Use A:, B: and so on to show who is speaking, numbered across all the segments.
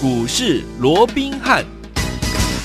A: 股市罗宾汉。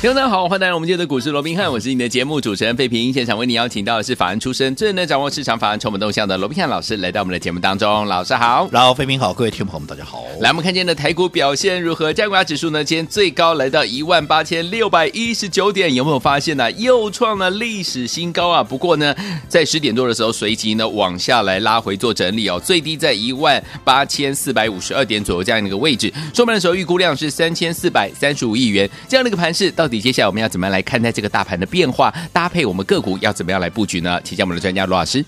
A: 听众大家好，欢迎来到我们今天的股市罗宾汉，我是你的节目主持人费平。现场为你邀请到的是法案出身、最能掌握市场法案筹码动向的罗宾汉老师，来到我们的节目当中。老师好，
B: 然后，飞平好，各位听众朋友们，大家好。
A: 来，我们看今天的台股表现如何？加权指数呢，今天最高来到一万八千六百一十九点，有没有发现呢、又创了历史新高啊！不过呢，在十点多的时候，随即呢往下来拉回做整理哦，最低在一万八千四百五十二点左右这样的一个位置。收盘的时候预估量是三千四百三十五亿元，这样的一个盘势，到底接下来我们要怎么样来看待这个大盘的变化？搭配我们个股要怎么样来布局呢？请教我们的专家罗老师。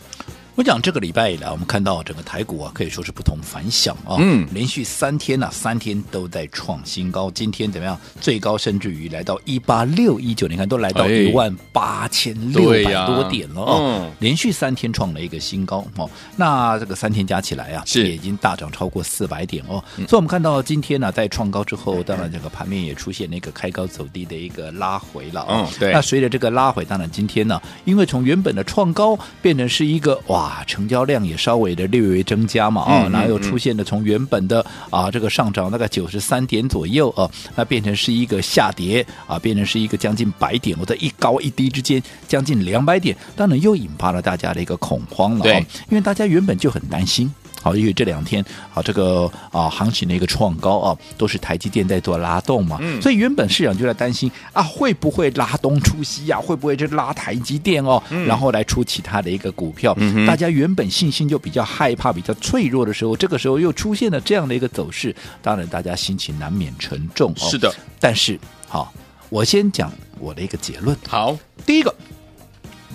B: 我讲这个礼拜以来，我们看到整个台股啊，可以说是不同凡响啊，
A: 嗯
B: 连续三天呐、三天都在创新高。今天怎么样？最高甚至于来到一八六一九，你看都来到
A: 哎
B: 一万八千六
A: 对
B: 百
A: 呀
B: 多点了哦，
A: 嗯
B: 连续三天创了一个新高哦。那这个三天加起来啊，
A: 是嗯
B: 也已经大涨超过四百点哦。所以我们看到今天呢、在创高之后，当然整个盘面也出现了一个开高走低的一个拉回了哦。
A: 嗯对
B: 那随着这个拉回，当然今天呢，因为从原本的创高变成是一个哇，成交量也稍微的略微增加嘛，哦
A: 嗯，
B: 然后又
A: 嗯
B: 出现了从原本的啊这个上涨大概九十三点左右哦，那变成是一个下跌啊，变成是一个将近百点，我在一高一低之间将近两百点，当然又引发了大家的一个恐慌了、哦，
A: 对
B: 因为大家原本就很担心。好，因为这两天啊，这个啊行情的一个创高啊，都是台积电在做拉动嘛，
A: 嗯
B: 所以原本市场就在担心啊，会不会拉东出西呀、会不会这拉台积电哦，然后来出其他的一个股票？
A: 嗯哼
B: 大家原本信心就比较害怕、比较脆弱的时候，这个时候又出现了这样的一个走势，当然大家心情难免沉重哦。
A: 是的，
B: 但是好，我先讲我的一个结论。
A: 好，
B: 第一个，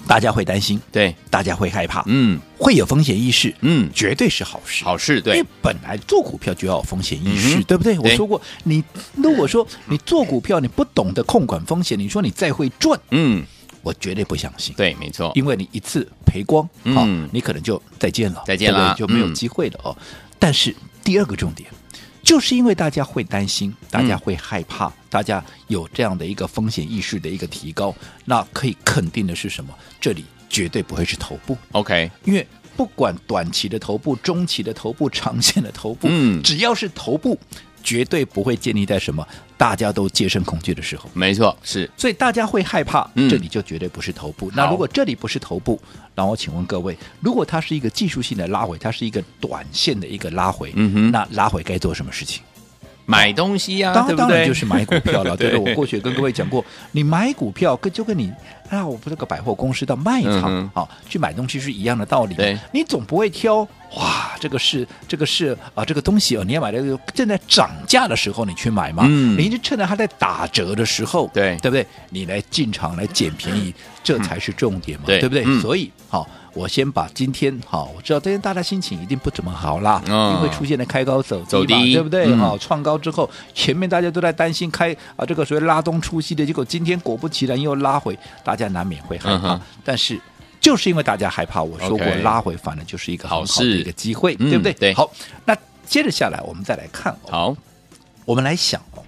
B: 大家会担心，
A: 对，
B: 大家会害怕，
A: 嗯
B: 会有风险意识，
A: 嗯，
B: 绝对是好事。
A: 好事
B: 因
A: 对
B: 为，本来做股票就要有风险意
A: 嗯
B: 识，
A: 哼
B: 对不对？我
A: 对
B: 说过，你如果说你做股票你不懂得控管风险，你说你再会赚，
A: 嗯
B: 我绝对不相信。
A: 对，没错，
B: 因为你一次赔光，
A: 嗯
B: 好，你可能就再见了，
A: 再见了
B: 对不对就没有
A: 嗯
B: 机会了哦。但是第二个重点，就是因为大家会担心，大家
A: 嗯
B: 会害怕，大家有这样的一个风险意识的一个提高，那可以肯定的是什么？这里绝对不会是头部，
A: OK，
B: 因为不管短期的头部、中期的头部、长线的头部，
A: 嗯
B: 只要是头部，绝对不会建立在什么大家都戒慎恐惧的时候。
A: 没错，是
B: 所以大家会害怕，
A: 嗯
B: 这里就绝对不是头部。那如果这里不是头部，那我请问各位，如果它是一个技术性的拉回，它是一个短线的一个拉回，
A: 嗯哼
B: 那拉回该做什么事情？
A: 买东西呀、
B: 当
A: 啊对不
B: 当
A: 对？
B: 然就是买股 票了。
A: 对
B: 对不对？我过去也跟各位讲过，你买股票跟就跟你啊，我不是个百货公司到卖场
A: 嗯
B: 啊去买东西是一样的道理。
A: 对，
B: 你总不会挑哇，这个是这个是啊，这个东西哦，你要买的正在涨价的时候你去买嘛，
A: 嗯
B: 你就趁着它在打折的时候，
A: 对嗯
B: 对不对？你来进场来捡便宜，这才是重点嘛，
A: 对
B: 不对？
A: 嗯
B: 所以好。我先把今天好，我知道今天大家心情一定不怎么好啦，
A: 嗯
B: 因为出现了开高走低
A: 走
B: 嘛，
A: 低
B: 对不对？
A: 嗯
B: 好、创高之后，前面大家都在担心开啊这个所谓拉东出西的，结果今天果不其然又拉回，大家难免会害
A: 嗯
B: 怕。
A: 哼
B: 但是就是因为大家害怕，我说过
A: OK
B: 拉回反正就是一个很
A: 好
B: 好
A: 事
B: 的一个机会，
A: 嗯
B: 对不对？
A: 对
B: 好，那接着下来我们再来看哦，
A: 好，
B: 我们来想哦。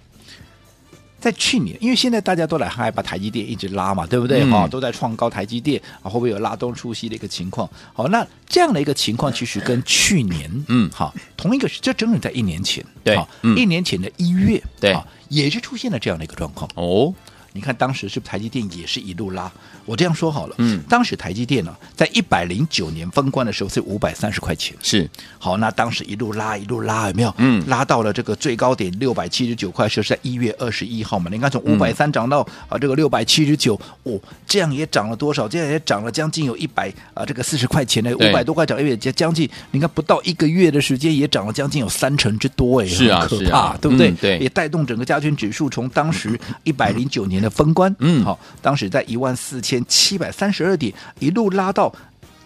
B: 在去年，因为现在大家都来害怕台积电一直拉嘛，对不对？
A: 嗯
B: 哈、都在创高台积电啊，会不会有拉东出西的一个情况？好，那这样的一个情况，其实跟去年，
A: 嗯
B: 好，同一个时，这整整在一年前，
A: 对
B: 好
A: 嗯
B: 一年前的一月，
A: 对
B: 好也是出现了这样的一个状况。
A: 哦，
B: 你看当时是不是台积电也是一路拉，我这样说好了，
A: 嗯
B: 当时台积电呢、在一百零九年封关的时候是五百三十块钱，
A: 是
B: 好，那当时一路拉一路拉，有没有？
A: 嗯
B: 拉到了这个最高点六百七十九块，就是在一月二十一号嘛。你看从
A: 嗯
B: 五百三涨到啊、这个六百七十九，哦，这样也涨了多少？这样也涨了将近有一百啊这个四十块钱的五
A: 对
B: 百多块涨，因为将近你看不到一个月的时间也涨了将近有三成之多哎，
A: 是啊
B: 很
A: 是
B: 可
A: 啊
B: 怕，对不对？
A: 嗯对
B: 也带动整个加权指数从当时一百零九年的封关，
A: 嗯
B: 好，当时在一万四千七百三十二点一路拉到。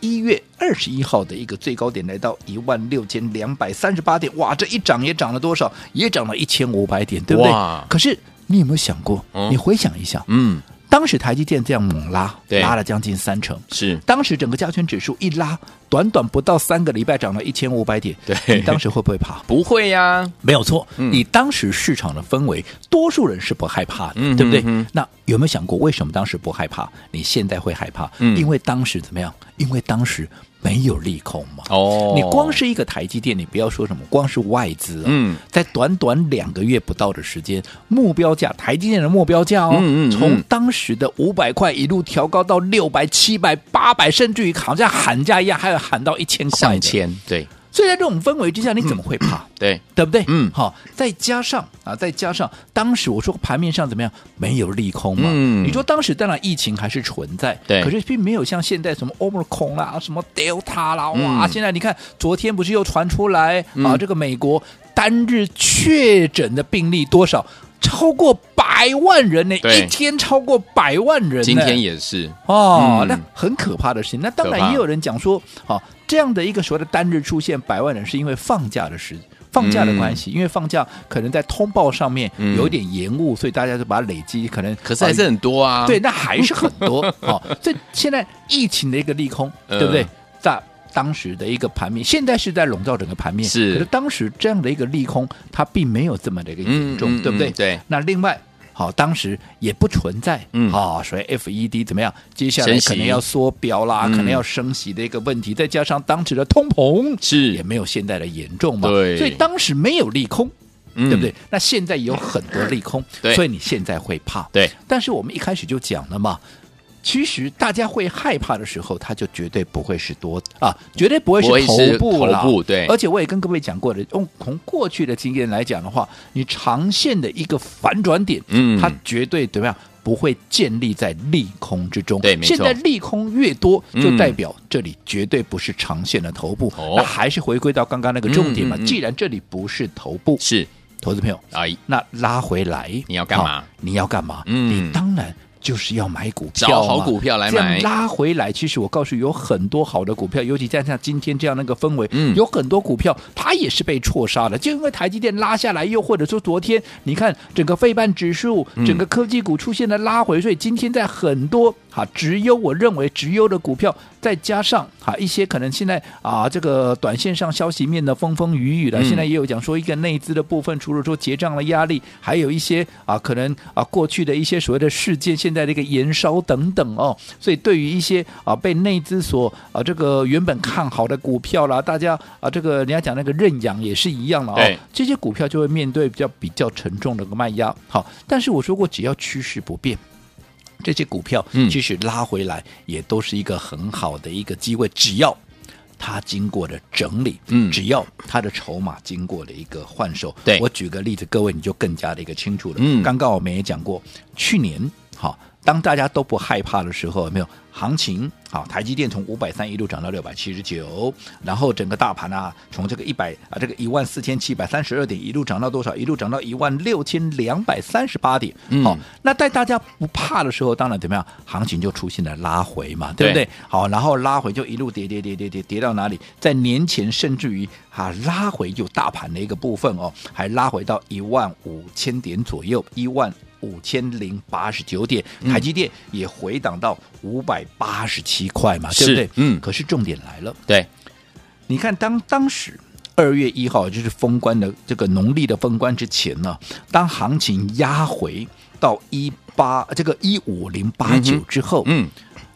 B: 一月二十一号的一个最高点来到一万六千两百三十八点，哇，这一涨也涨了多少？也涨了一千五百点，对不对
A: 哇？
B: 可是你有没有想过？
A: 嗯
B: 你回想一下，
A: 嗯，
B: 当时台积电这样猛拉，
A: 对
B: 拉了将近三成，
A: 是
B: 当时整个加权指数一拉，短短不到三个礼拜涨了一千五百点，
A: 对
B: 你当时会不会怕？
A: 不会呀、
B: 没有错，
A: 嗯
B: 以当时市场的氛围，多数人是不害怕的，
A: 嗯哼
B: 对不对？
A: 嗯哼
B: 那有没有想过，为什么当时不害怕？你现在会害怕？
A: 嗯
B: 因为当时怎么样？因为当时没有利空嘛。
A: 哦
B: 你光是一个台积电，你不要说什么，光是外资、哦，
A: 嗯，
B: 在短短两个月不到的时间，目标价台积电的目标价哦，
A: 嗯嗯嗯
B: 从当时的五百块一路调高到六百、七百、八百，甚至于好像喊价一样，还有喊到一千块
A: 上
B: 的。
A: 千，对
B: 所以在这种氛围之下，你怎么会怕？
A: 对，
B: 对不对？
A: 嗯
B: 好，再加上啊，再加上当时我说盘面上怎么样，没有利空嘛。
A: 嗯
B: 你说当时当然疫情还是存在，
A: 对
B: 可是并没有像现在什么 Omicron 啦、什么 Delta 啦，
A: 嗯
B: 哇！现在你看，昨天不是又传出来、啊，
A: 嗯
B: 这个美国单日确诊的病例多少？超过百万人呢，
A: 对
B: 一天超过百万人呢。
A: 今天也是，
B: 哦，
A: 嗯
B: 那很可怕的事情。那当
A: 可怕
B: 然也有人讲说，哦，这样的一个所谓的单日出现百万人，是因为放假的事。放假的关系，因为放假可能在通报上面
A: 嗯
B: 有一点延误，所以大家就把它累积，可能
A: 可是还是、很多啊。
B: 呃对，，那还是很 多哦。所以现在疫情的一个利空，
A: 嗯
B: 对不对？在当时的一个盘面，现在是在笼罩整个盘面，
A: 是
B: 可是当时这样的一个利空，它并没有这么的一个严重，对不对？
A: 嗯对，
B: 那另外，好，当时也不存在，
A: 嗯
B: 啊、所以 FED 怎么样？接下来
A: 升息
B: 可能要缩表啦，
A: 嗯
B: 可能要升息的一个问题，再加上当时的通膨也
A: 是，
B: 没有现在的严重嘛，
A: 对
B: 所以当时没有利空，
A: 嗯
B: 对不对？？那现在有很多利空，
A: 对
B: 所以你现在会怕，
A: 对，
B: 但是我们一开始就讲了嘛。其实大家会害怕的时候，它就绝对不会是多啊，绝对不会
A: 不会
B: 是
A: 是
B: 头部了。
A: 头部对
B: 而且我也跟各位讲过的，用从过去的经验来讲的话，你长线的一个反转点，
A: 嗯
B: 它绝对怎么样？不会建立在利空之中。
A: 对没错
B: 现在利空越多，
A: 嗯
B: 就代表这里绝对不是长线的头部。
A: 哦
B: 那还是回归到刚刚那个重点嘛。
A: 嗯嗯嗯
B: 既然这里不是头部，
A: 是，
B: 投资朋友，
A: 哎，
B: 那拉回来
A: 你要干嘛
B: 好你要干嘛？
A: 嗯
B: 你当然就是要买股票嘛，
A: 找好股票来
B: 这样
A: 买，
B: 拉回来，其实我告诉你，有很多好的股票，尤其在像今天这样那个氛围，
A: 嗯
B: 有很多股票它也是被错杀的，就因为台积电拉下来，又或者说昨天你看整个费半指数、
A: 嗯
B: 整个科技股出现了拉回，所以今天在很多啊直优，我认为直优的股票，再加上啊一些可能现在啊这个短线上消息面的风风雨雨了，
A: 嗯
B: 现在也有讲说一个内资的部分，除了说结账的压力，还有一些啊可能啊过去的一些所谓的事件，现在的一个延烧等等哦，所以对于一些啊被内资所啊这个原本看好的股票啦，大家啊这个人家讲那个认养也是一样了
A: 对
B: 哦，这些股票就会面对比较比较沉重的一个卖压。好，但是我说过，只要趋势不变。这些股票
A: 嗯
B: 其实拉回来也都是一个很好的一个机会，只要它经过了整理，
A: 嗯
B: 只要它的筹码经过了一个换手，
A: 对
B: 我举个例子，各位你就更加的一个清楚了。
A: 嗯
B: 刚刚我们也讲过，去年好，当大家都不害怕的时候，有没有行情？好，台积电从五百三一路涨到六百七十九，然后整个大盘啊，从这个一百啊，这个一万四千七百三十二点一路涨到多少？一路涨到一万六千两百三十八点。
A: 嗯
B: 好，那在大家不怕的时候，当然怎么样，行情就出现了拉回嘛，对不对？
A: 对
B: 好，然后拉回就一路跌跌跌跌跌跌到哪里？在年前甚至于啊拉回有大盘的一个部分哦，还拉回到一万五千点左右，一万。五千零八十九点，
A: 嗯
B: 台积电也回档到五百八十七块嘛，对
A: 是
B: 不对？
A: 嗯
B: 可是重点来了，
A: 对，
B: 你看当当时二月一号就是封关的这个农历的封关之前呢，当行情压回到一八这个一五零八九之后，
A: 嗯，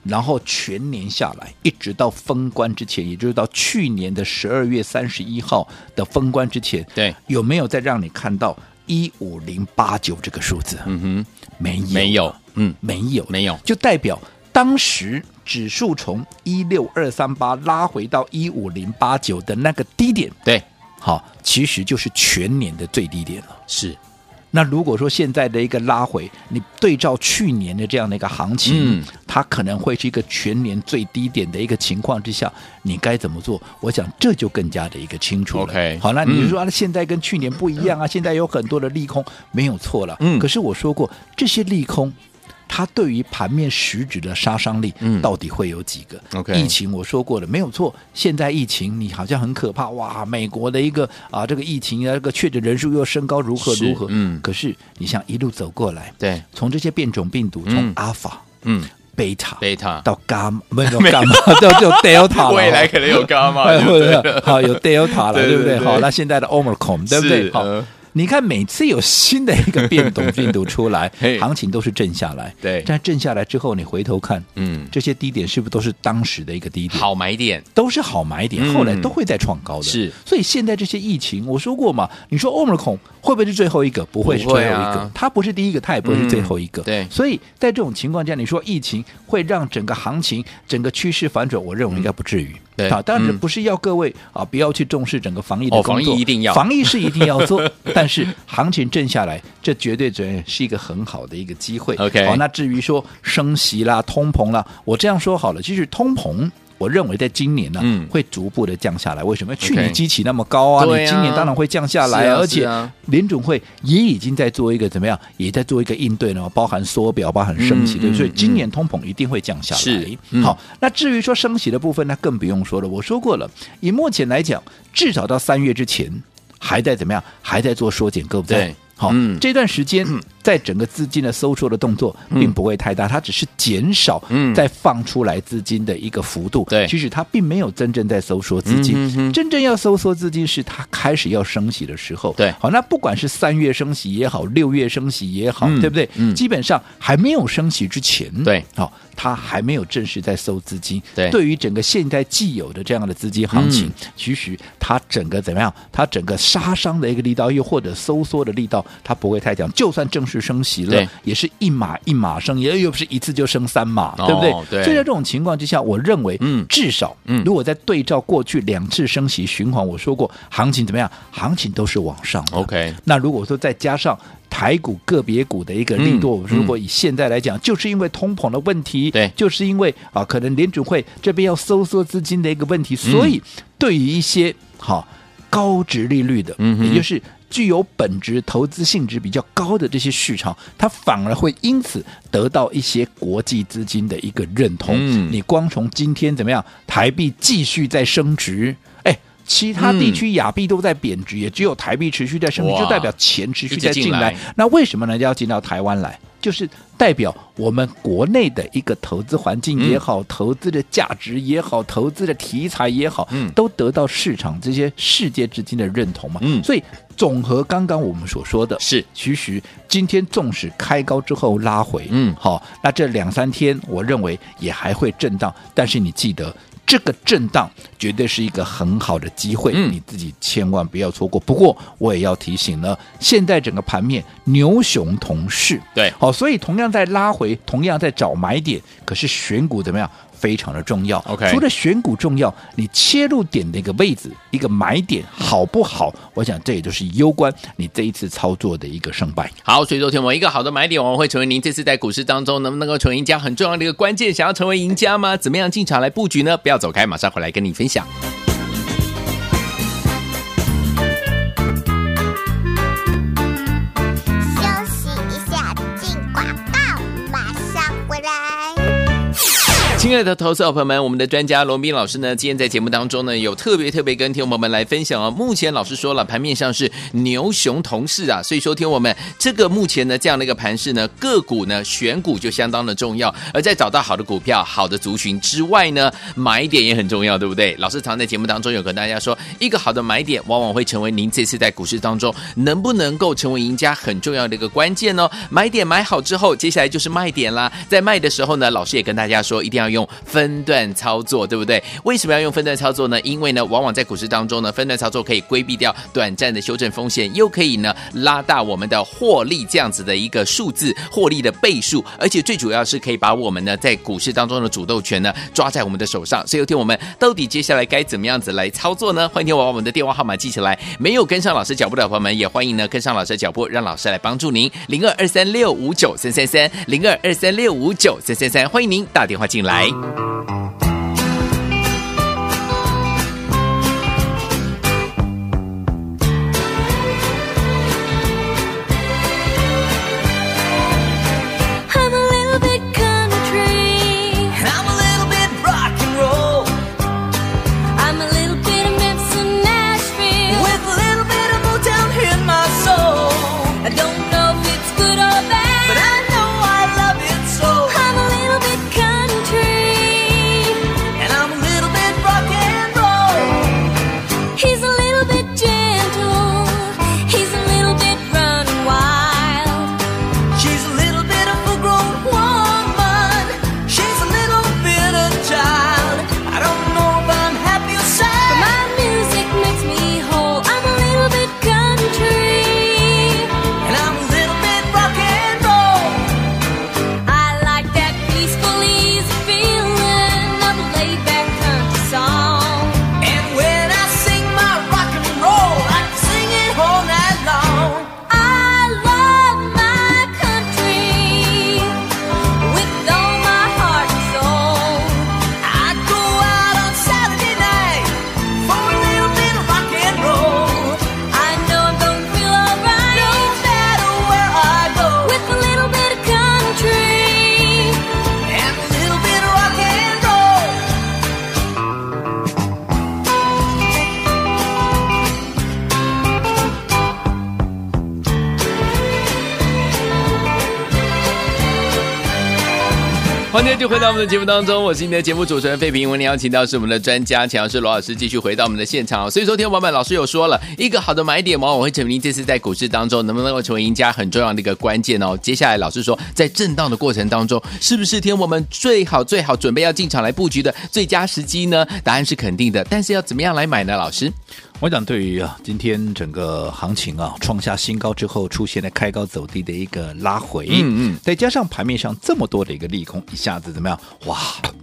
B: 然后全年下来，一直到封关之前，也就是到去年的十二月三十一号的封关之前，
A: 对，
B: 有没有再让你看到一五零八九这个数字？
A: 嗯哼，
B: 没有，啊
A: 没有，嗯，
B: 没有，
A: 没有
B: 就代表当时指数从一六二三八拉回到一五零八九的那个低点，
A: 对，
B: 好，其实就是全年的最低点了。
A: 是，
B: 那如果说现在的一个拉回，你对照去年的这样的一个行情，
A: 嗯
B: 它可能会是一个全年最低点的一个情况之下，你该怎么做？我想这就更加的一个清楚了。
A: OK，
B: 好，那你就说、啊，现在跟去年不一样啊，现在有很多的利空，没有错了。
A: 嗯
B: 可是我说过，这些利空。它对于盘面实质的杀伤力
A: 嗯
B: 到底会有几个？
A: OK
B: 疫情我说过了，没有错。现在疫情你好像很可怕哇，美国的一个啊这个疫情啊这个确诊人数又升高如何
A: 是
B: 如何？
A: 嗯
B: 可是你像一路走过来，
A: 对，
B: 从这些变种病毒，
A: 嗯
B: 从阿尔法、
A: 嗯，
B: 贝塔
A: 贝塔，
B: 到伽 马，没有伽马， 到就 delta 了
A: 未来可能有伽马，
B: 哎
A: 对不
B: 或
A: 对
B: 者 好有 delta 了，
A: 对对
B: 对不对？
A: 对
B: 好，那现在的 omicron 对不
A: 是
B: 对？好
A: 嗯，
B: 你看每次有新的一个变种病毒出来
A: 嘿，
B: 行情都是震下来。
A: 对
B: 但震下来之后，你回头看，
A: 嗯，
B: 这些低点是不是都是当时的一个低点？
A: 好买点，
B: 都是好买点，
A: 嗯
B: 后来都会再创高的。
A: 是，
B: 所以现在这些疫情，我说过嘛，你说 Omicron 会不会是最后一个？不会是最后一
A: 不
B: 个，
A: 会啊
B: 它不是第一个，它也不会是最后一个。
A: 嗯对
B: 所以在这种情况下，你说疫情会让整个行情、整个趋势反转，我认为应该不至于。
A: 对
B: 啊，当然
A: 嗯
B: 不是要各位啊，不要去重视整个防疫的
A: 哦
B: 工作，
A: 防疫一定要
B: 防疫是一定要做，但是行情震下来，这绝对绝对是一个很好的一个机会。
A: OK
B: 好，那至于说升息啦、通膨啦，我这样说好了，其实通膨。我认为在今年呢、
A: 嗯
B: 会逐步的降下来。为什么？去
A: OK
B: 年基期那么高啊，
A: 对啊
B: 你今年当然会降下来、
A: 是啊
B: 而
A: 是
B: 且
A: 啊
B: 联准会也已经在做一个怎么样，也在做一个应对呢，包含缩表，包含升息，
A: 嗯
B: 对不对？所以
A: 嗯
B: 今年通膨一定会降下来。
A: 是嗯
B: 好，那至于说升息的部分，那更不用说了。我说过了，以目前来讲，至少到三月之前，还在怎么样，还在做缩减，各位。
A: 对
B: 好，
A: 嗯
B: 这段时间在整个资金的收缩的动作并不会太大，它只是减少
A: 嗯
B: 再放出来资金的一个幅度。
A: 对
B: 其实它并没有真正在收缩资金，
A: 嗯哼哼
B: 真正要收缩资金是它开始要升息的时候。
A: 对
B: 好，那不管是三月升息也好，六月升息也好，
A: 嗯
B: 对不对？
A: 嗯
B: 基本上还没有升息之前，
A: 对，
B: 好、它还没有正式在收资金。
A: 对
B: 对于整个现在既有的这样的资金行情，
A: 嗯
B: 其实它整个怎么样？它整个杀伤的一个力道，又或者收缩的力道，它不会太强。就算正式升息
A: 对
B: 了，也是一码一码升，也又不是一次就升三码，
A: 哦
B: 对不对？
A: 对
B: 所以在这种情况之下，我认为，
A: 嗯
B: 至少，
A: 嗯
B: 如果在对照过去两次升息循环，我说过，行情怎么样？行情都是往上的。
A: ，OK，
B: 那如果说再加上台股个别股的一个力度，
A: 嗯
B: 如果以现在来讲，就是因为通膨的问题，
A: 对
B: 就是因为啊，可能联准会这边要收缩资金的一个问题，
A: 嗯
B: 所以对于一些好、高值利率的，
A: 嗯哼
B: 也就是。具有本质投资性质比较高的这些市场，它反而会因此得到一些国际资金的一个认同。
A: 嗯
B: 你光从今天怎么样，台币继续在升值，哎，其他地
A: 嗯
B: 区亚币都在贬值，也只有台币持续在升值，
A: 哇
B: 就代表钱持续在进
A: 一
B: 来
A: 直进。
B: 那为什么人家要进到台湾来？就是代表我们国内的一个投资环境也好，投资的价值也好，投资的题材也好，
A: 嗯
B: 都得到市场这些世界资金的认同嘛。
A: 嗯
B: 所以总和刚刚我们所说的，
A: 是
B: 其实今天纵使开高之后拉回，
A: 嗯
B: 好、那这两三天我认为也还会震荡，但是你记得。这个震荡绝对是一个很好的机会，
A: 嗯
B: 你自己千万不要错过。不过我也要提醒了，现在整个盘面牛熊同市，
A: 对
B: 好、所以同样在拉回，同样在找买点，可是选股怎么样？非常的重要。
A: OK
B: 除了选股重要，你切入点的一个位置、一个买点好不好？我想这也就是攸关你这一次操作的一个胜败。
A: 好，所以昨天我一个好的买点，我会成为您这次在股市当中能不能够成为赢家很重要的一个关键。想要成为赢家吗？怎么样进场来布局呢？不要走开，马上回来跟你分享。
C: 休息一下，进广告，马上回来。
A: 亲爱的投资者朋友们，我们的专家罗斌老师呢，今天在节目当中呢，有特别特别跟听众朋友们来分享啊。目前老师说了，盘面上是牛熊同市啊，所以说听我们这个目前呢这样的一个盘势呢，个股呢选股就相当的重要，而在找到好的股票、好的族群之外呢，买点也很重要，对不对？老师常在节目当中有跟大家说，一个好的买点往往会成为您这次在股市当中能不能够成为赢家很重要的一个关键哦。买点买好之后，接下来就是卖点啦。在卖的时候呢，老师也跟大家说，一定要用分段操作，对不对？为什么要用分段操作呢？因为呢，往往在股市当中呢，分段操作可以规避掉短暂的修正风险，又可以呢拉大我们的获利这样子的一个数字，获利的倍数，而且最主要是可以把我们呢在股市当中的主动权呢抓在我们的手上。所以，有天我们到底接下来该怎么样子来操作呢？欢迎听我把我们的电话号码记起来。没有跟上老师脚步的朋友们，也欢迎呢跟上老师的脚步，让老师来帮助您。零二二三六五九三三三，零二二三六五九三三三，欢迎您打电话进来。
D: I'm a little bit country.
E: I'm a little bit rock and roll
D: I'm a little bit of Memphis and Nashville.
E: with a little bit of Motown in my soul.
D: I don't know if it's good or bad,
E: But I know I love it so.
D: I'm a little bit country.
A: 欢迎就回到我们的节目当中，我是你的节目主持人费平。我们邀请到是我们的专家强势罗老师，继续回到我们的现场哦。所以说，听众朋友们，老师有说了一个好的买点往往会成为您这次在股市当中能不能够成为赢家很重要的一个关键哦。接下来，老师说，在震荡的过程当中，是不是听我们最好最好准备要进场来布局的最佳时机呢？答案是肯定的，但是要怎么样来买呢？老师，
B: 我想对于啊，今天整个行情啊创下新高之后，出现了开高走低的一个拉回，
A: 嗯嗯，
B: 再加上盘面上这么多的一个利空，一下子怎么样？哇，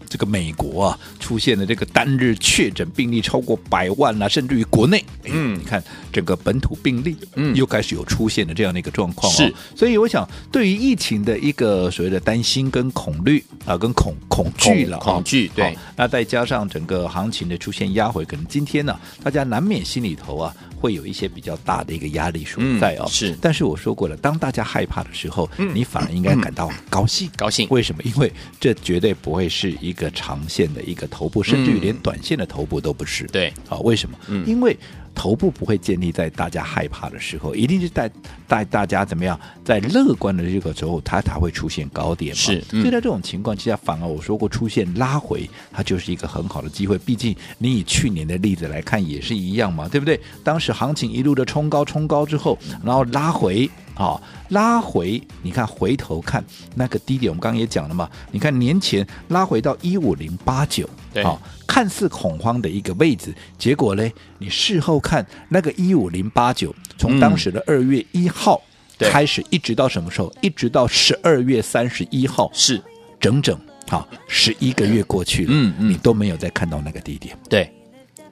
B: 这个美国啊出现了这个单日确诊病例超过百万啊，甚至于国内，嗯，你看整个本土病例，
A: 嗯
B: 又开始有出现的这样的一个状况、哦，
A: 是，
B: 所以我想对于疫情的一个所谓的担心跟恐虑啊，跟恐恐惧哦了、
A: 恐恐惧对
B: 好那再加上整个行情的出现压回，可能今天呢、大家难免心里头啊会有一些比较大的一个压力所在哦。
A: 嗯是嗯
B: 但是我说过了，当大家害怕的时候，你反而应该感到高兴。
A: 高兴
B: 为什么？因为这绝对不会是一个长线的一个头部，甚至于连短线的头部都不是。
A: 嗯对嗯
B: 啊，为什么？因为头部不会建立在大家害怕的时候，一定是在在大家怎么样，在乐观的这个时候，它才会出现高点嘛。
A: 是嗯
B: 所以在这种情况之下，反而我说过出现拉回，它就是一个很好的机会。毕竟你以去年的例子来看也是一样嘛，对不对？当时行情一路的冲高，冲高之后，然后拉回。啊、拉回，你看回头看那个低点，我们刚刚也讲了嘛，你看年前拉回到一五零八九，
A: 对
B: 好、看似恐慌的一个位置，结果呢，你事后看那个一五零八九，从当时的二月一号
A: 嗯对
B: 开始，一直到什么时候？一直到十二月三十一号，
A: 是
B: 整整好十一个月过去了，
A: 嗯嗯
B: 你都没有再看到那个低点。
A: 对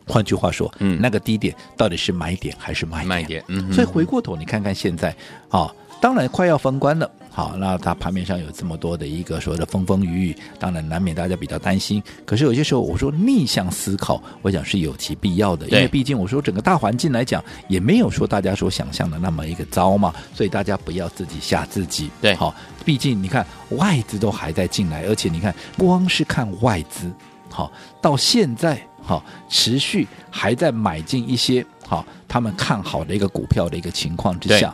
B: 换句话说，
A: 嗯
B: 那个低点到底是买点还是卖点？
A: 卖点嗯哼
B: 所以回过头你看看现在啊，当然快要封关了。好，那它盘面上有这么多的一个所谓的风风雨雨，当然难免大家比较担心。可是有些时候，我说逆向思考，我想是有其必要的，因
A: 对
B: 为毕竟我说整个大环境来讲，也没有说大家所想象的那么一个糟嘛，所以大家不要自己吓自己。
A: 对
B: 好，毕竟你看外资都还在进来，而且你看光是看外资，好到现在好持续还在买进一些好他们看好的一个股票的一个情况之下。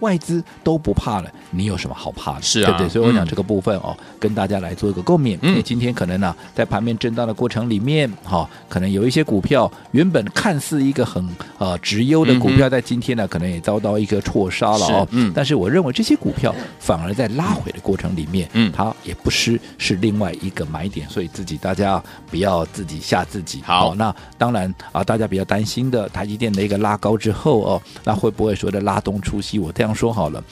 B: 外资都不怕了，你有什么好怕的？
A: 是啊
B: 对不对？所以我想
A: 嗯
B: 这个部分哦，跟大家来做一个共勉。
A: 嗯
B: 因为今天可能呢、在盘面震荡的过程里面，哈、可能有一些股票原本看似一个很呃直优的股票，在今天呢，可能也遭到一个错杀了哦
A: 嗯是。嗯
B: 但是我认为这些股票反而在拉回的过程里面，
A: 嗯
B: 它也不失是另外一个买点，所以自己大家不要自己吓自己。
A: 好
B: 哦那当然啊，大家比较担心的台积电的一个拉高之后哦，那会不会说的拉东出西？我这样说好了，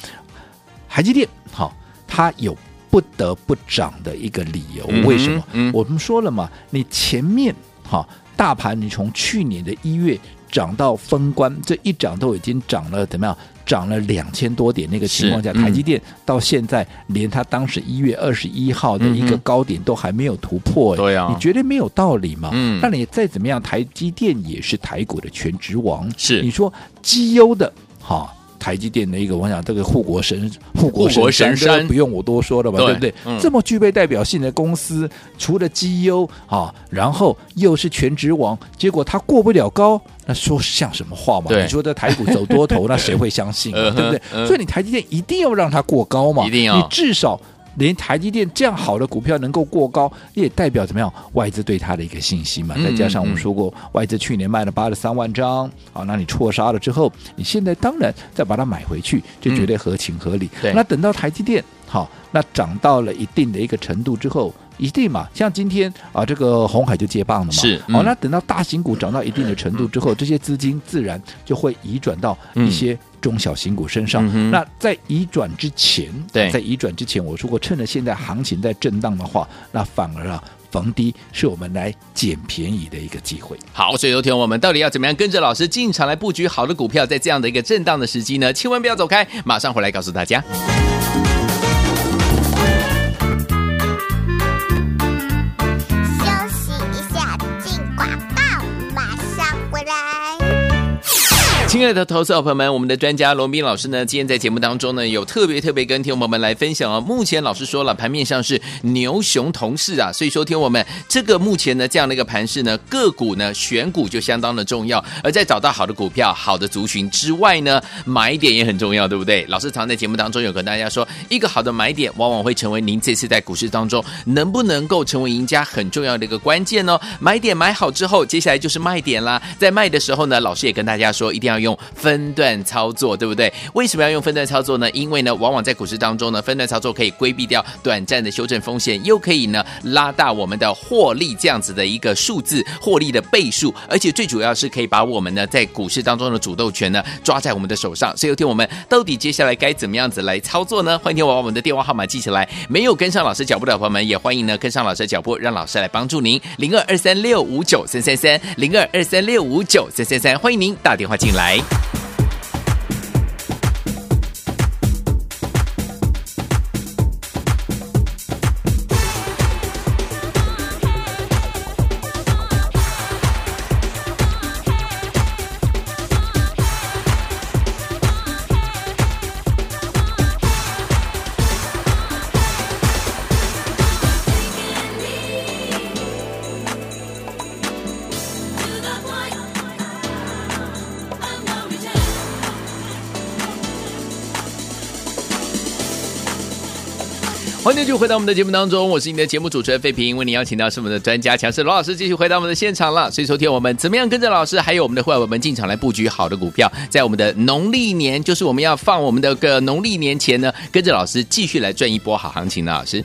B: 台积电好、它有不得不涨的一个理由，
A: 嗯哼
B: 为什么？
A: 嗯
B: 我们说了嘛，你前面哈、大盘你从去年的一月涨到封关，这一涨都已经涨了怎么样？涨了两千多点，那个情况下，
A: 是嗯
B: 台积电到现在连它当时一月二十一号的一
A: 嗯
B: 个
A: 哼
B: 高点都还没有突破，哎
A: 对啊
B: 你绝对没有道理嘛。
A: 嗯
B: 那你再怎么样，台积电也是台股的全职王，
A: 是
B: 你说绩优的哈。台积电的一个，我想这个护国神护国
A: 护国神
B: 神
A: 山
B: 这个不用我多说了吧，
A: 对
B: 对不对、
A: 嗯
B: 这么具备代表性的公司，除了绩优啊，然后又是全职王，结果它过不了高，那说像什么话嘛？
A: 对
B: 你说这台股走多 头，那谁会相信、啊？
A: 嗯哼
B: 对不对、
A: 嗯
B: 所以你台积电一定要让它过高嘛，
A: 一定要
B: 你至少。连台积电这样好的股票能够过高，也代表怎么样外资对它的一个信心嘛？
A: 嗯
B: 再加上我
A: 嗯
B: 们说过，外资去年卖了八十三万张，好，那你错杀了之后，你现在当然再把它买回去，这绝对合情合理。
A: 嗯对
B: 那等到台积电好，那涨到了一定的一个程度之后。一定嘛，像今天啊，这个红海就接棒了嘛。
A: 是嗯
B: 好、那等到大型股涨到一定的程度之后，这些资金自然就会移转到一些中小型股身上。
A: 嗯哼
B: 那在移转之前，
A: 对
B: 在移转之前，我说过，趁着现在行情在震荡的话，那反而啊，逢低是我们来捡便宜的一个机会。
A: 好，所以有听我们到底要怎么样跟着老师进场来布局好的股票，在这样的一个震荡的时机呢？千万不要走开，马上回来告诉大家。
C: 休息一下，进广告，马上回来。
A: 亲爱的投资好朋友们，我们的专家罗斌老师呢，今天在节目当中呢，有特别特别跟听众朋友们来分享啊。目前老师说了，盘面上是牛熊同市啊，所以说听我们这个目前呢这样的一个盘势呢，个股呢选股就相当的重要，而在找到好的股票、好的族群之外呢，买点也很重要，对不对？老师常在节目当中有跟大家说，一个好的买点往往会成为您这次在股市当中能不能够成为赢家很重要的一个关键哦。买点买好之后，接下来就是卖点啦，在卖的时候呢，老师也跟大家说，一定要用分段操作，对不对？为什么要用分段操作呢？因为呢，往往在股市当中呢，分段操作可以规避掉短暂的修正风险，又可以呢拉大我们的获利这样子的一个数字，获利的倍数，而且最主要是可以把我们呢在股市当中的主动权呢抓在我们的手上。所以，有天我们到底接下来该怎么样子来操作呢？欢迎听我把我们的电话号码记起来。没有跟上老师脚步的朋友们，也欢迎呢跟上老师的脚步，让老师来帮助您。零二二三六五九三三三，零二二三六五九三三三，欢迎您打电话进来。欢迎继续回到我们的节目当中，我是你的节目主持人费平，为您邀请到是我们的专家强势罗老师继续回到我们的现场了。所以昨天我们怎么样跟着老师，还有我们的会员们进场来布局好的股票，在我们的农历年，就是我们要放我们的个农历年前呢，跟着老师继续来赚一波好行情呢。老师，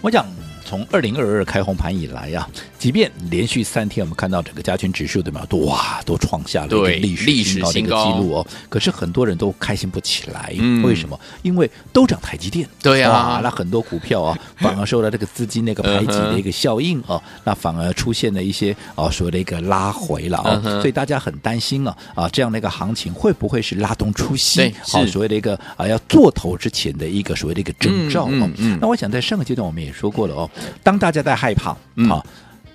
B: 我讲从二零二二开红盘以来呀、即便连续三天我们看到整个加权指数对吗？都哇，都创下了一个
A: 对
B: 历史
A: 历史
B: 新高的一
A: 新
B: 个
A: 高
B: 记录哦。可是很多人都开心不起来，
A: 嗯
B: 为什么？因为都涨台积电，
A: 对啊
B: 哇那很多股票 啊，反而受到这个资金那个排挤的一个效应
A: 嗯
B: 哦，那反而出现了一些啊所谓的一个拉回了
A: 嗯哼
B: 哦，所以大家很担心啊啊这样的一个行情会不会是拉动出
A: 对
B: 息？好，
A: 是
B: 所谓的一个啊要做头之前的一个所谓的一个征兆
A: 嗯
B: 哦
A: 嗯嗯。
B: 那我想在上个阶段我们也说过了哦，当大家在害怕
A: 嗯
B: 啊。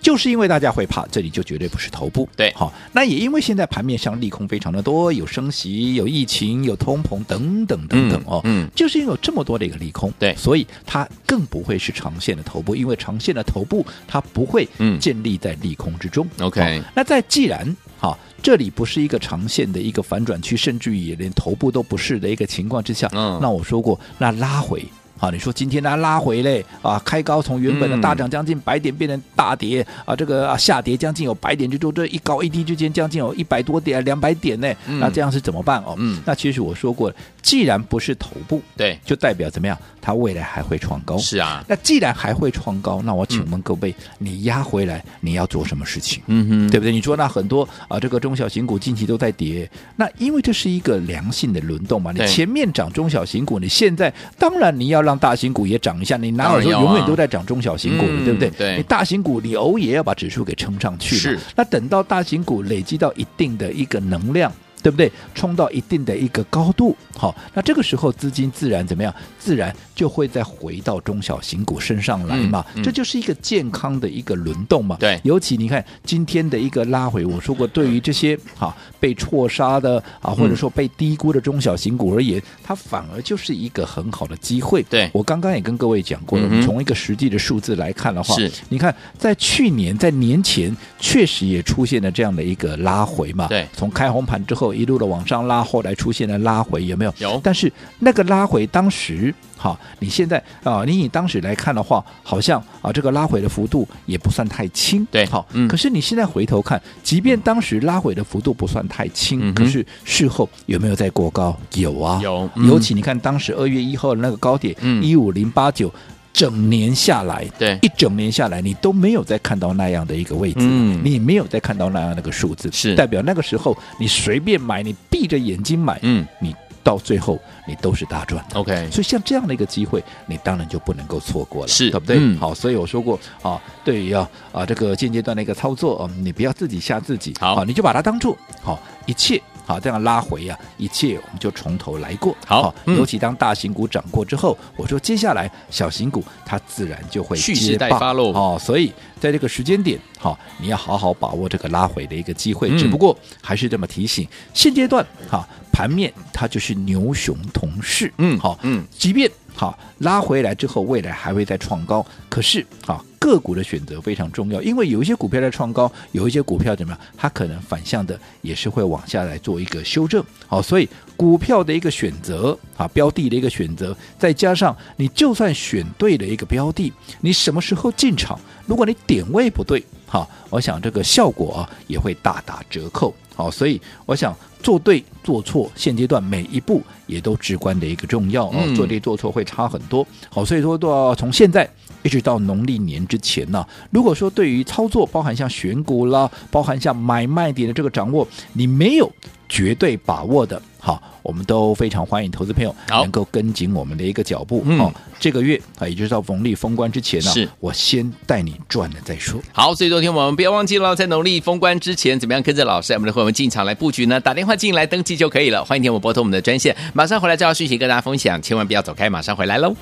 B: 就是因为大家会怕，这里就绝对不是头部。
A: 对
B: 好，那也因为现在盘面上利空非常的多，有升息、有疫情、有通膨等等等等哦。
A: 嗯嗯
B: 就是因为有这么多的一个利空，
A: 对
B: 所以它更不会是长线的头部，因为长线的头部它不会
A: 嗯
B: 建立在利空之中。
A: OK
B: 好那在既然好，这里不是一个长线的一个反转区，甚至于也连头部都不是的一个情况之下，
A: 嗯
B: 那我说过，那拉回。啊，你说今天它拉回嘞啊，开高从原本的
A: 嗯
B: 大涨将近百点变成大跌、啊，这个啊下跌将近有百点之多，这一高一低之间将近有一百多点、两百点呢、
A: 嗯
B: 那这样是怎么办哦？
A: 嗯
B: 那其实我说过，既然不是头部，
A: 对，
B: 就代表怎么样？它未来还会创高。
A: 是啊，
B: 那既然还会创高，那我请问各位，你压回来你要做什么事情？
A: 嗯哼，
B: 对不对？你说那很多啊，这个中小型股近期都在跌，那因为这是一个良性的轮动嘛。你
A: 对
B: 前面涨中小型股，你现在当然你要让大型股也涨一下，你哪有
A: 当然
B: 说
A: 要啊
B: 永远都在涨中小型股的，
A: 嗯
B: 对不对？
A: 对
B: 你大型股你偶尔也要把指数给撑上去嘛。
A: 是
B: 那等到大型股累积到一定的一个能量。对不对？冲到一定的一个高度，好，那这个时候资金自然怎么样？自然就会再回到中小型股身上来嘛。
A: 嗯嗯
B: 这就是一个健康的一个轮动嘛。
A: 对
B: 尤其你看今天的一个拉回，我说过，对于这些啊被错杀的
A: 嗯
B: 啊，或者说被低估的中小型股而言，它反而就是一个很好的机会。
A: 对
B: 我刚刚也跟各位讲过了，我
A: 嗯
B: 们
A: 哼
B: 从一个实际的数字来看的话，
A: 是
B: 你看在去年在年前确实也出现了这样的一个拉回嘛，
A: 对
B: 从开红盘之后一路的往上拉，后来出现了拉回，有没有？
A: 有
B: 但是那个拉回当时，好，你现在啊、你以当时来看的话，好像啊这个拉回的幅度也不算太轻，
A: 对
B: 好，
A: 嗯
B: 可是你现在回头看，即便当时拉回的幅度不算太轻，
A: 嗯哼
B: 可是事后有没有在过高？有啊，
A: 有嗯
B: 尤其你看当时二月一号的那个高点
A: 嗯
B: 一五零八九。整年下来，
A: 对
B: 一整年下来，你都没有再看到那样的一个位置，
A: 嗯
B: 你也没有再看到那样的一个数字，
A: 是
B: 代表那个时候你随便买，你闭着眼睛买，
A: 嗯
B: 你到最后你都是大赚的。
A: ，OK，
B: 所以像这样的一个机会，你当然就不能够错过了，
A: 是
B: 对不对？
A: 嗯
B: 好，所以我说过啊，对于啊啊这个现阶段的一个操作，嗯，你不要自己吓自己，
A: 好
B: 啊你就把它当做好一切。好，这样拉回啊，一切我们就从头来过。
A: 好嗯
B: 尤其当大型股涨过之后，我说接下来小型股它自然就会
A: 蓄势
B: 接
A: 待
B: 棒
A: 发喽
B: 哦，所以在这个时间点，好、你要好好把握这个拉回的一个机会。
A: 嗯
B: 只不过还是这么提醒，现阶段哈、盘面它就是牛熊同势，
A: 嗯
B: 好、
A: 嗯
B: 即便好拉回来之后，未来还会再创高，可是啊，个股的选择非常重要，因为有一些股票在创高，有一些股票怎么样，它可能反向的也是会往下来做一个修正。好，所以股票的一个选择啊，标的的一个选择，再加上你就算选对了一个标的，你什么时候进场，如果你点位不对，好，我想这个效果啊也会大打折扣。好，所以我想做对做错，现阶段每一步也都至关的一个重要哦。
A: 嗯
B: 做对做错会差很多。好，所以说到从现在一直到农历年之前呢、如果说对于操作，包含像选股啦，包含像买卖点的这个掌握，你没有绝对把握的，好，我们都非常欢迎投资朋友
A: 好
B: 能够跟紧我们的一个脚步。
A: 嗯
B: 哦，这个月啊，也就是到农历封关之前呢、
A: 是
B: 我先带你赚了再说。
A: 好，所以昨天我们不要忘记了，在农历封关之前，怎么样跟着老师，我们的会员进场来布局呢？打电话进来登记就可以了。欢迎听我拨通我们的专线，马上回来这条讯息跟大家分享，千万不要走开，马上回来喽。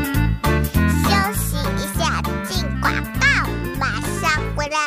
C: 休息一下，进广告，马上回来。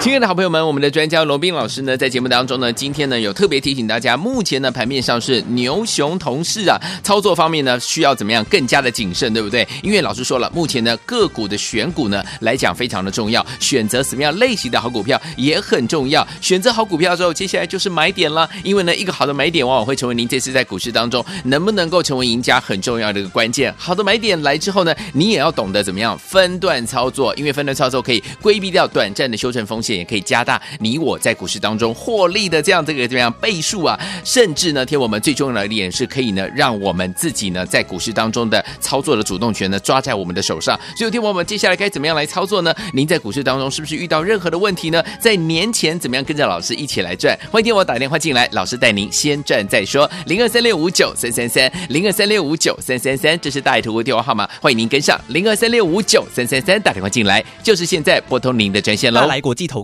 A: 亲爱的好朋友们，我们的专家罗斌老师呢，在节目当中呢，今天呢有特别提醒大家，目前呢盘面上是牛熊同市啊，操作方面呢需要怎么样更加的谨慎，对不对？因为老师说了，目前呢个股的选股呢来讲非常的重要，选择什么样类型的好股票也很重要。选择好股票之后，接下来就是买点啦，因为呢一个好的买点往哦往会成为您这次在股市当中能不能够成为赢家很重要的一个关键。好的买点来之后呢，你也要懂得怎么样分段操作，因为分段操作可以规避掉短暂的修正风险，也可以加大你我在股市当中获利的这样这个怎么样倍数啊，甚至呢，天我们最重要的一点是可以呢，让我们自己呢在股市当中的操作的主动权呢抓在我们的手上。所以，天我们接下来该怎么样来操作呢？您在股市当中是不是遇到任何的问题呢？在年前怎么样跟着老师一起来赚？欢迎天我打电话进来，老师带您先赚再说。零二三六五九三三三，零二三六五九三三三，这是大爱图的电话号码，欢迎您跟上零二三六五九三三三打电话进来，就是现在拨通您的专线
F: 大
A: 喽。
F: 来国际投